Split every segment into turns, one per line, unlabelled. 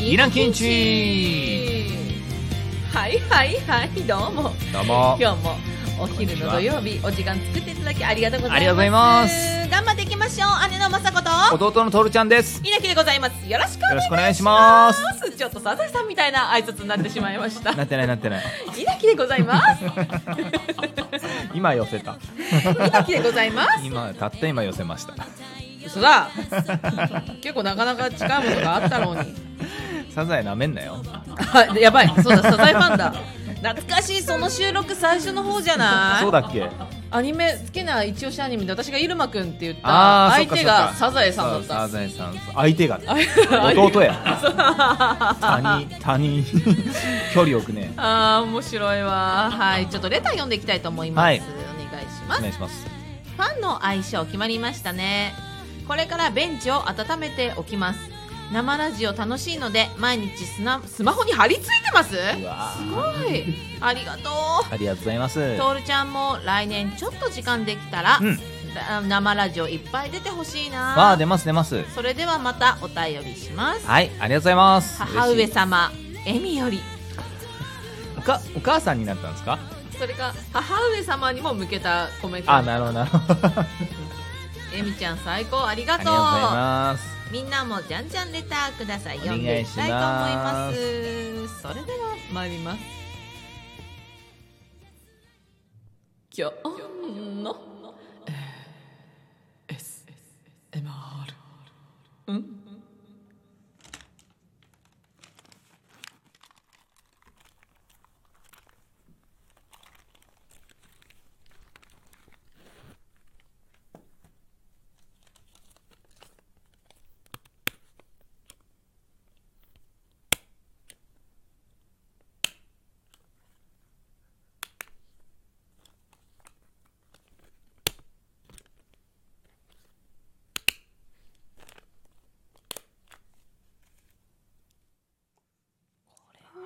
イランキンチ
はいはいはいどうも
どうも
今日もお昼の土曜日お時間作っていただきありがとうございます
ありがとうございます
頑張っていきましょう姉の雅子と
弟のトールちゃんです
稲木でございますよろしくお願
よろ
い
し
し
くお願いします
ますちょっとサザエさんみたいな挨拶になってしまいました
なってないなってない
稲木でございます
今寄せた
稲木でございます
今たった今寄せました
嘘だ結構なかなか近いものがあったのに
サザエなめんなよ
あやばいそうだサザエファンだ懐かしいその収録最初の方じゃない
そうだっけ
アニメ好きな一押しアニメで私がイルマくんって言った
あー
相手が
そ
サ
っかそっか
ザエさん
そ
だ
うサ
った
ザエさん相手がね
あ
弟や他人他人 距離置くね
あー面白いわはいちょっとレター読んでいきたいと思います、
はい
お願いしま
お
す
願いします
ファンの相性決まりましたねこれからベンチを温めておきます生ラジオ楽しいので毎日スナスマホに貼り付いてますす
うわー
ごいありがと
ありがとうございます
うトールちゃんも来年ちょっと時間できたら、
うん
だ生ラジオいっぱい出てほしいな
わあ出ます出ます
それではまたお便りします
はいありがとうございます
母上
嬉しい
様エミより
おかお母さんになったんですか
それか母上様にも向けたコメント
あなるほどなるほどあ
エミちゃん最高ありが
りがとうござい
とう
ます
みんなもじゃんじゃんレターください
お
読
願い
ん
し
でいき
ます
たいと思いますそれでは参ります今日の SMR うん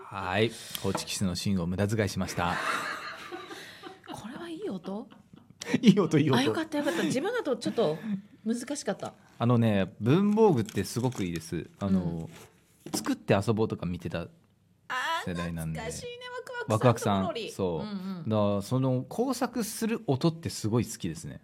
はい高知キスの芯を無駄遣いし ました
これはいい音
いい音いい
あよかったよかった自分だとちょっと難しかった
あのね文房具ってすごくいいですあの、作って遊ぼうとか見てた
あ
世代なんで
懐かしいねワ
ワ
ク
ク
ワク
ワク
さ
さ
ん
ん
とロリ
そう、
んん
だからその工作する音ってすごい好きですね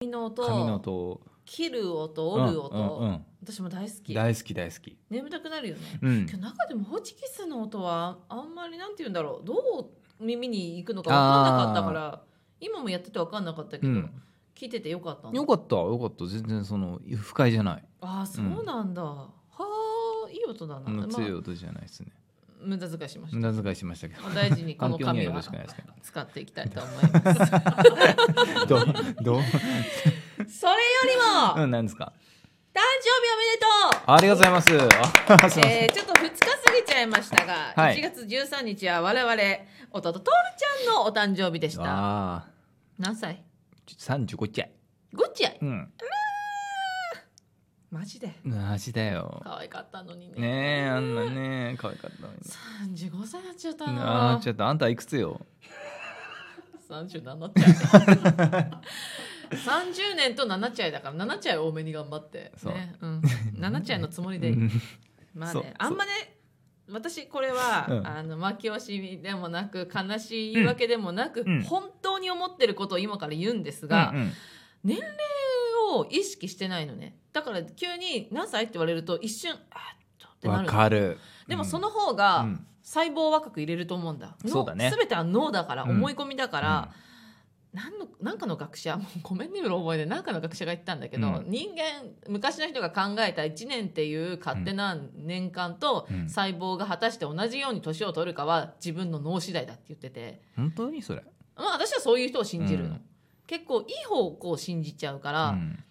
紙の音
紙の音
切る音折る音、
うんうん
私も大好
うん、
き
大好き大好き
眠たくなるよね、
うん
今日中でもホチキスの音はあんまりなんて言うんだろうどう耳に行くのか分かんなかったから今もやってて分かんなかったけ
う
ど、
ん
聞いててよかったんだ
よかったよかった全然その不快じゃない
ああそうなんだ、はあいい音だな、
うん
まあ
強い音じゃないですね
無駄遣いしまし
無駄遣いしましたけど
た大事にこの
環境
紙
にはよ
は
ろしくお願いしま
使っていきたいと思います
すど うどう
それよりも、
うんなんですか
誕生日おめでとう
ありがとうございますあすいません
えーちょっと2日過ぎちゃいましたが、
はい
1月13日は我々弟トールちゃんのお誕生日でした
ああ
何歳
三十五ちゃい
ゴッチや
うん
マジで
マジだよ
可愛かったのにね
ねえあんなね可愛かったのに
35歳になっちゃった
あ
な
ーちょっとあんたいくつよ
37ちゃい 30年と7ちゃいだから7ちゃい多めに頑張って、
そう
ねうん、7ちゃいのつもり
う
で
ん
まあ
そう
ねあんまね私これは、
うん
あの負け惜しみでもなく悲しい言い訳でもなく、
うん
本当に思ってることを今から言うんですが、
うんうん
年齢を意識してないのねだから急に何歳って言われると一瞬あっとってな
わ
る
かる
でもそ
の
の方
う
が
ん
細胞若く入れると思うんだ,、
そうだね
全ては脳だから、
うん
思い込みだから、何の何かの学者 もうごめんねうろ覚えで何かの学者が言ったんだけど、
うん
人間昔の人が考えた1年っていう勝手な年間と、
うん
細胞が果たして同じように年を取るかは自分の脳次第だって言ってて、
本当にそれ
まあ、私はそういう人を信じるの、
うん
結構いい方向を信じちゃうから、
うん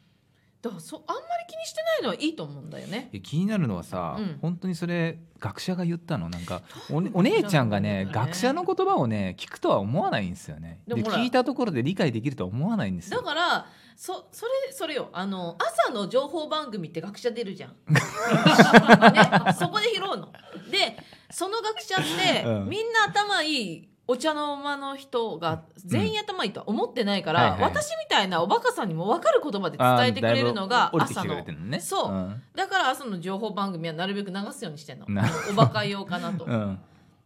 だからそあんまり気にしてないのはいいと思うんだよね。
いや気になるのはさ
うん
本当にそれ学者が言ったのなんかおねお姉ちゃんがね
そうなんだよね
学者の言葉をね聞くとは思わないんですよね
で
で
もほら
聞いたところで理解できるとは思わないんです
だ
よ
からそそれそれよあの朝の情報番組って学者出る じゃん、ね、そこで拾うのでその学者って、
うん
みんな頭いいお茶の間の人が全員頭いいとは思ってないから、
はいはい
私みたいなおバカさんにも分かる言葉で伝えてくれるのが
あーだいぶ降りてき
朝
てくれ
の
てるのね
そう
うん
だから朝の情報番組はなるべく流すようにしてんの
な
おバカ用かなと、
うん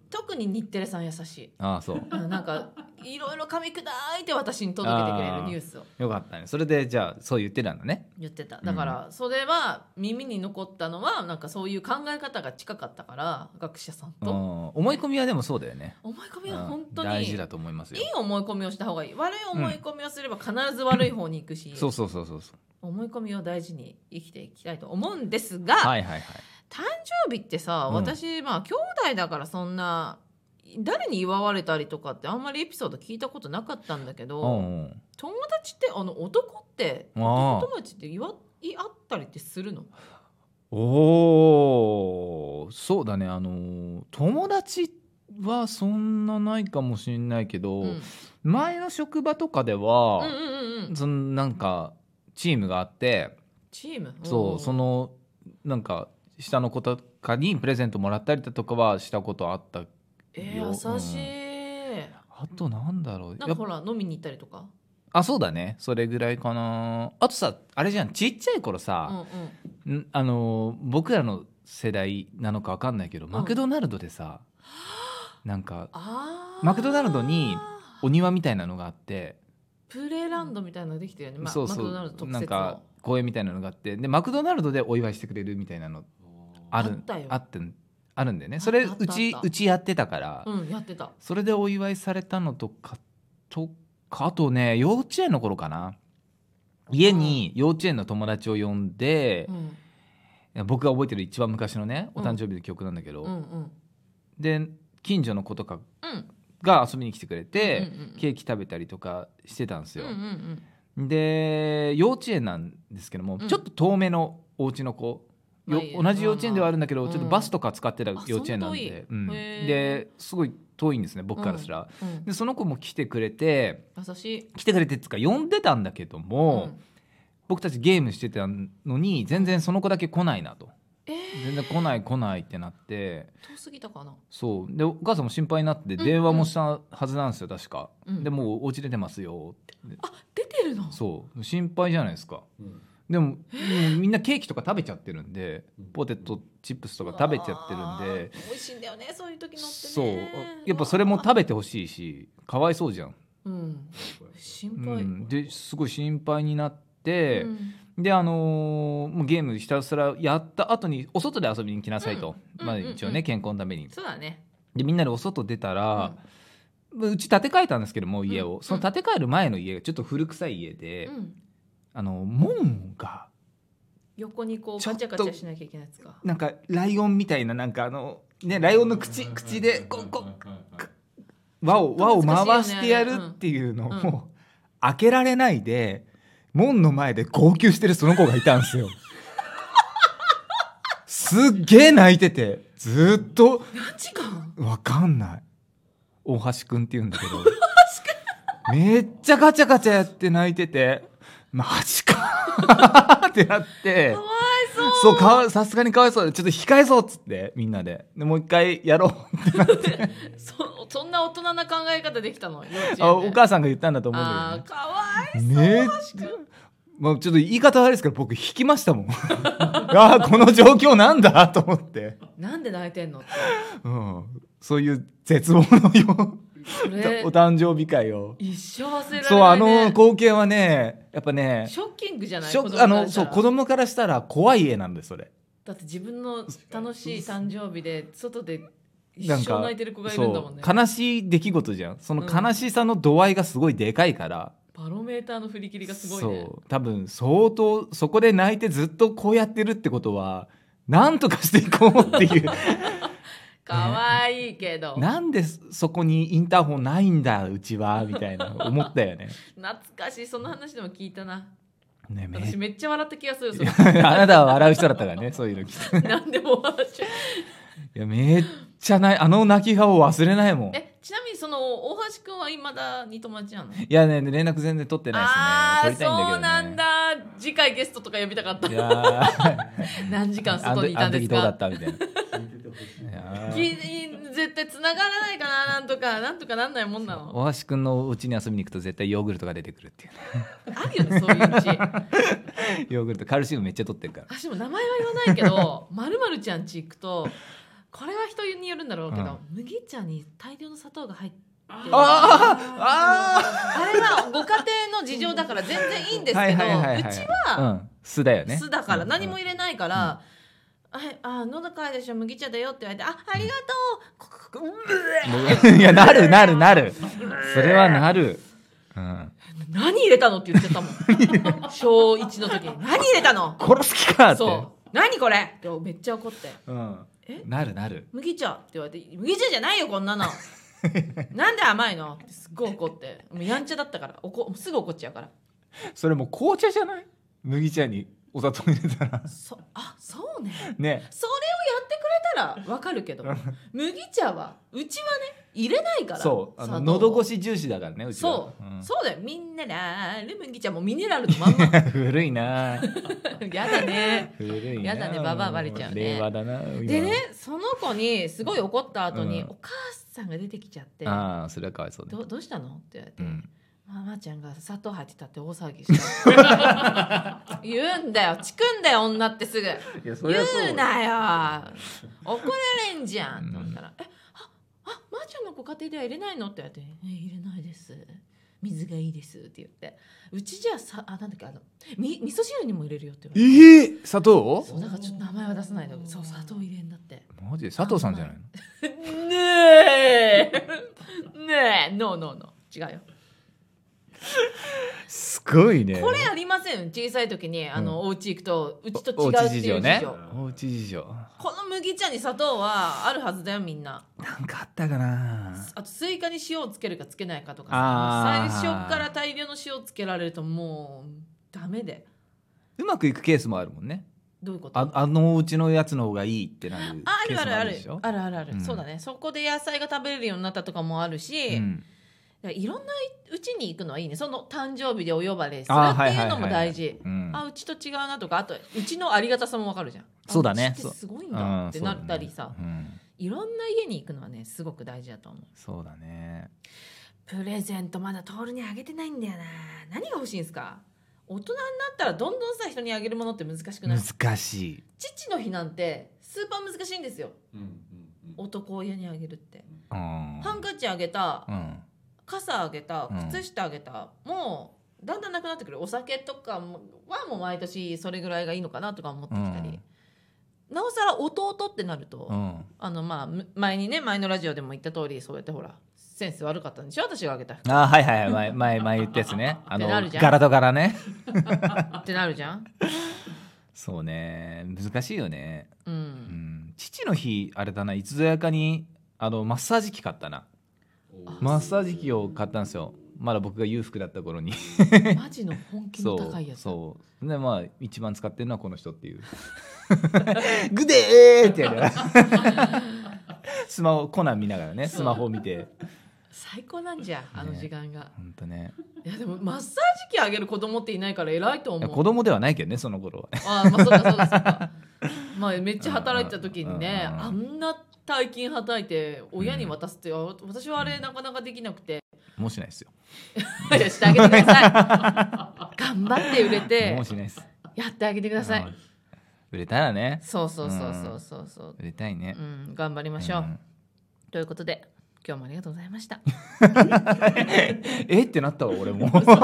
特に日テレさん優しい
ああそう
うんなんかいろいろ噛み砕いて私に届けてくれるニュースを
よかったねそれでじゃあそう言ってたんだね
言ってただからそれは耳に残ったのはなんかそういう考え方が近かったから学者さん
うん
と
思い込みはでもそうだよね
思い込み
う
は
ん
本当に
大
い
事
い
だと思いますよ
思い込みをした方がいい悪い思い込みをすれば必ず悪い方に行くし、
そうそうそうそうそう
思い込みを大事に生きていきたいと思うんですが、
はいはいはい
誕生日ってさ
うん
私、まあ兄弟だからそんな誰に祝われたりとかってあんまりエピソード聞いたことなかったんだけど、
うんうん
友達ってあの男って
あー
男友達って祝い合ったりってするの
おーそうだねあのー友達はそんなないかもしれないけど、
うん、うん
前の職場とかで
うん
は、
うんうん
そのなんかチームがあって、
チーム
そうそのなんか下の子とかにプレゼントもらったりだとかはしたことあった
え
よ
ー優しい、
あとなんだろう
なん
や
か
っぱ
ほら飲みに行ったりとか、
あそうだねそれぐらいかなあとさあれじゃんちっちゃい
うん
頃
うん、
さ、
あ
んあのー僕らの世代なのかわかんないけど、マクドナルドでさなんか
あー
マクドナルドにお庭みたいなのがあって、
プレーランドみたいなのできてるよね、まあ、
そうそ
マクドナルド
う
特
なん
設
か
の
公園みたいなのがあってでマクドナルドでお祝いしてくれるみたいなのある
あったよ
あってあるんだよねそれ
あったあった
うち
あった
うちやってたから、
うんやってた
それでお祝いされたのとかとかあとね幼稚園の頃かな家に幼稚園の友達を呼んで
う、ん
僕が覚えてる一番昔のねお誕生日の曲なんだけど、
うんうん
で近所の子とか
うん
が遊びに来てくれて、
うんうんうん
ケーキ食べたりとかしてたんです
うん
よ
う、ん
で幼稚園なんですけども、
うん
ちょっと遠めのお家の子よ
まあいいや
同じ幼稚園ではあるんだけど、
まあまあ
ちょっとバスとか使ってた幼稚園なんで、
うん
うん
あそんな遠いへー
ですごい遠いんですね僕からすら、
うんうん
でその子も来てくれて
優しい
来てくれてっつうか呼んでたんだけども、
うん
僕たちゲームしてたのに全然その子だけ来ないなと
えー
全然来ない来ないってなって
遠すぎたかな
そうでお母さんも心配になって
ん
電話もしたはずなんですよ確か、
うん
でもうお家出てますよって
あ出てるの
そう心配じゃないですか
うん
でももうみんなケーキとか食べちゃってるんで
うん
ポテトチップスとか食べちゃって
う
るんで
わー美味しいんだよねそういう時のってね
そうやっぱそれも食べてほしいしかわいそうじゃん、
うん心
う
配、
ん、ですごい心配になって
う、ん
であのーもうゲームひたすらやった後にお外で遊びに来なさいと、
うん
まあ、
うんうんうん
一応ね健康のために
そうだね
でみんなでお外出たら、まあうち建て替えたんですけどもう家を、
うん
その建て替える前の家がちょっと古臭い家で、
うん
あの門が
横にこう
ちょ
ガ
っ
チ
と
ャガチャしなきゃいけないやつか
なんかライオンみたいななんかあのねライオンの口口でこうこう輪を輪を回してやるっていうの
うんう
を開けられないで門の前で号泣してるその子がいたんです よ。すっげえ泣いててずっと
何時間
わかんない大橋くんって言うんだけどめっちゃガチャガチャやって泣いててマジかってなって
かわいそう
そうかわさすがにかわいそうでちょっと控えそうっつってみんなででもう一回やろうってなって
そそんな大人な考え方できたの幼稚園で
あお母さんが言ったんだと思うん
あー
だ
かわい
けどねめっちゃまあ、ちょっと言い方悪いですけど僕引きましたもん あーこの状況なんだと思って、
なんで泣いてんのって
うん、そういう絶望のよ
そうれ
お誕生日会を
一生忘れられない、ね、
そうあの光景はねやっぱね
ショッキングじゃない
ショ
子供
あ
から
の
した
そう
ら
子供からしたら怖い絵なんですそれ
だって自分の楽しい誕生日で外で一
なん
生
か
泣いてる子がいるんだもんね
そう悲しい出来事じゃんその
うん
悲しさの度合いがすごいでかいから、
バロメーターの振り切りがすごいね
そう多分相当そこで泣いてずっとこうやってるってことはなんとかしていこうっていう
かわいいけど
なんでそこにインターホンないんだうちはみたいな思った よね
懐かしいその話でも聞いたな
ねめっ
私めっちゃ笑った気 がするそ
あなたは笑う人だったからねそういうの聞いて
れ何でも笑っちゃう
いやめっちゃないあの泣き顔忘れないもん
えちなみにその大橋くんはいまだに友達なの
いやね、連絡全然取ってない
ああ
ですね。取りたいんだけど、ね。
そうなんだ次回ゲストとか呼びたかった
いやー
何時間
あ
外
の
にいたんです
あの時どうだ
か
ったみたいな。
聞いててほしい
いや
き
ー
絶対繋がらないかななんとかなんとかなんないもんなの
大橋くんのお家に遊びに行くと絶対ヨーグルトが出てくるっていうね
あるよねそういうう ち
ヨーグルトカルシウムめっちゃ取ってるから
私も名前は言わないけどまるまるちゃんち行くとこれは人によるんだろうけど、麦茶に大量の砂糖が入って
あ
あれはご家庭の事情だから全然いいんですけど、
はいはいはいはいう
ちは
うん酢だよね
酢だから何も
い
入れないから「はいあ喉乾いたでしょ麦茶だよ」って言われて「あありがとうここここうえ
いやなるなるなるそれはなるうん
何入れたの?」って言っちゃったも ん小1の時に「何入れたの?
殺す気か」って
そう「何これ?」ってめっちゃ怒って
うん
え
なるなる
「麦茶」って言われて「麦茶じゃないよこんな のなんで甘いの?」ってすっごい怒ってもうやんちゃだったからおこすぐ怒っちゃうから
それもう紅茶じゃない麦茶にお砂糖入れたら
「そあそうね」
ね
それをやってくれたらわかるけど麦茶はうちはね入れないから
そうあの
砂糖を
喉越し重視だからねうちは
そう、
ん
そうだよみんなラール麦茶もミネラルのまん ま
古いな
やだね
古いな
やだねババアバレちゃうね
令和だな今
でねその子にすごい怒った後に、
うん
お母さんが出てきちゃって
ああそれはかわいそうね
どどうしたの?」って言われて、
うん
ママちゃんが砂糖入ってたって大騒ぎ した。言うんだよ。チクんだよ、女ってすぐ。
いやそりゃそう
言うなよ。怒られんじゃん。って思ったら、え、あ、あ、マーちゃんのご家庭では入れないのって言われて、え、入れないです。水がいいですって言って。うちじゃさ、あ、なんだっけ、あの、み、味噌汁にも入れるよって言わ
え
れて。
ー砂糖
そう、だからちょっと名前は出さないで。そう、砂糖入れんだって。
マジで佐藤さんじゃないの
ねえ。ねえ。ノーノーノー。違うよ。
すごいね
これありません小さい時にあの、お家行くとうちと違う
おう
ってい
ち
う事
事
情
情ねおうち事情
この麦茶に砂糖はあるはずだよみんな
なんかあったかな
あとスイカに塩をつけるかつけないかとか
あー
最初から大量の塩をつけられるともうダメで
うまくいくケースもあるもんね
どういうこと
ああのうちのやつの方がいいってなる
ああ
ケ
る
ー
あ
ス
る
も
あ
で
る
しょ
あるあるある、
うん
そうだねそこで野菜が食べれるようになったとかもあるし、
うん
だからいろんなうちに行くのはいいねその誕生日でお呼ばれする
あー
っていうのも
はいはいはいはい
大事
うん
あうちと違うなとかあとうちのありがたさもわかるじゃんあ
そうだね
うちってすごいん
う
だ
ん
ってなったりさ、
そうだね
いろんな家に行くのはねすごく大事だと思う
うんそうだね
プレゼントまだトールにあげてないんだよな何が欲しいんですか大人になったらどんどんさ人にあげるものって難しくない
難しい
父の日なんてスーパー難しいんですよ
うんうんうん
男親にあげるって
うん
ハンカチあげた
うん
傘あげた
うん
靴下あげた、もうだんだんなくなってくるお酒とかもはもう毎年それぐらいがいいのかなとか思ってきたり、なおさら弟ってなると、
うん
あのまあむ前にね前のラジオでも言った通りそうやってほらセンス悪かったんでしょ私があげた服
あーはいはいはい前前前言ったやつ ねあの
ってなるじゃん
柄と柄ね
ってなるじゃん
そうね難しいよね
う
うんん父の日あれだないつぞやかにあのマッサージ機買ったなマッサージ機を買ったんですよまだ僕が裕福だっ た頃に
マジの本気
そ
の
う
高いやつ
そうでまあ一番使ってるのはこの 人っていうグデーってやる スマホコナン見ながらねスマホ見て
最高なんじゃあの時間が、
ほんとね
いやでもマッサージ機あげる子供っていないから偉いと
い
思
や
う
子供ではないけどねその頃は
ああまあそうかそうかそう かまあめっちゃ働いてた時にね
うん
あんな大金はたいて親に渡すって、あ私はあれなかなかできなくて
もうしないですよ
いやしてあげてくだ さい頑張って売れて
もうしないです
やってあげてください
うん売れたらね
そうそうそうそうそうそう
売れたいね
う、ん頑張りましょう、
うん
ということで今日もありがとうございました
えってなったわ俺も
ありがとうござい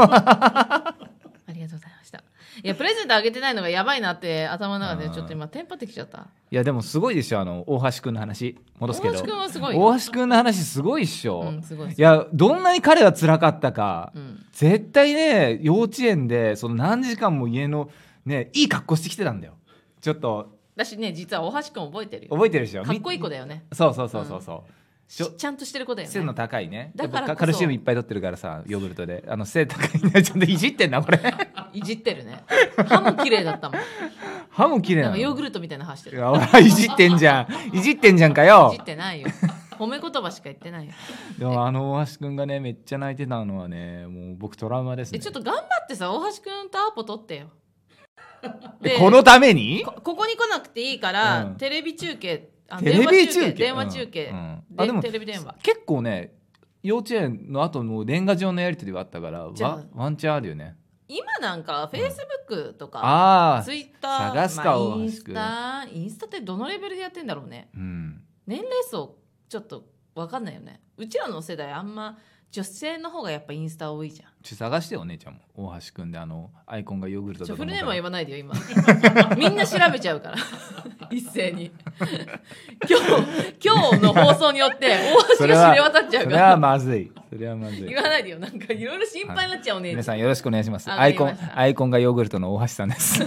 ましたいやプレゼントあげてないのがやばいなって頭の中でちょっと今テンパってきちゃった
いやでもすごいでしょあの大橋くんの話戻すけ
大
ど
橋くんはすごいよ
大橋くんの話すごいっしょ、
うん
い
すごいです
やどんなに彼は辛かったか、
うん
絶対ね幼稚園でその何時間も家のねいい格好してきてたんだよちょっと
私ね実は大橋くん覚えてるよ
覚えてるでしょ
かっこいい子
で
だよね
そうそうそうそうそう、
しちゃんとしてる子だよ
背の
ね
高いね
だからこそ
やっぱカルシウムいっぱい取ってるからさヨーグルトであの背高いねちょっといじって んなこれ
いじってるね歯も綺麗だったもん
歯も綺麗
な
なんの
かヨーグルトみたいな歯して
い
る
やほ らいじってんじゃんいじってんじゃんかよ
いじってないよ褒め言葉しか言ってないよ
でもあの大橋くんがねめっちゃ泣いてたのはねもう僕トラウマですね
えちょっと頑張ってさ大橋くんとアポ取ってよ
でこのために
こここに来なくていいから、
うん
テレビ中継あ
テレビ中継
電話中継
うんうん
で
あでも
テレビ電話
結構ね幼稚園の後の年賀状のやり取りはあったから
じゃあ
わワンチャンあるよね
今なんかフェイスブックとか、
ああ
ツイッター
探すか
まあ
大橋
インスタインスタってどのレベルでやってんだろうね
うん
年齢層ちょっと分かんないよねうちらの世代あんま女性の方がやっぱインスタ多いじゃん
ちょ探してよお姉ちゃんも大橋くんであのアイコンがヨーグルト
ち
だ
ょフ
と思
ル
っ
ネー
た
ムは言
ら
わないでよ今 みんな調べちゃうから 一斉に 今日今日の放送によ って大橋
それ
が
は
知れ渡っちゃ
そ
か
うれは
ら
まずいそれはまずい
言わないでよなんかいろいろ心配になっちゃうお姉ちゃ
皆
ん
さんよろしくお願いします
あ
アイコ
わ
ン
かりました
アイコンがヨーグルトの大橋さんです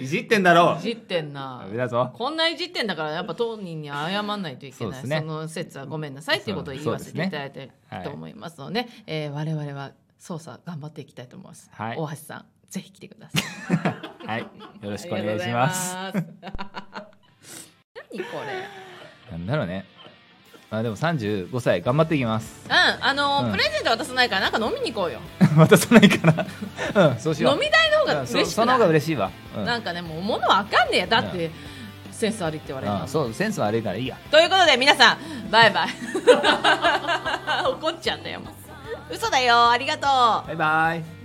いじってんだろ
いじってんな
ダメだぞ
こんないじってんだからやっぱ当人に謝らないといけ
そう
な
で
い
す
そ,、
ね
の説はごめんなさいっていうことを言い
そう
忘れ
です
てい
ね
ただいてると思いますのでえー我々は捜査頑張っていきたいと思います、
はい
大橋さんぜひ来てくださいよ
はいよろしくお願いします
ありがとうございます 何これ
なんだろうねまあでも35歳頑張っていきます
う んあのー
うん
プレゼント渡さないからなんか飲みに行こうよ
渡さないからうんそうしよう
飲み代の方が
うん
嬉
そ
し
そ
く
の
な
方が
い、
嬉しいわ、うん
なんかねもう物わかんねえよだって、センス悪いって言われる
ああそうセンス悪いからいいや
ということで皆さんバイバイ 怒っちゃったよもう嘘だよありがとう
バイバイ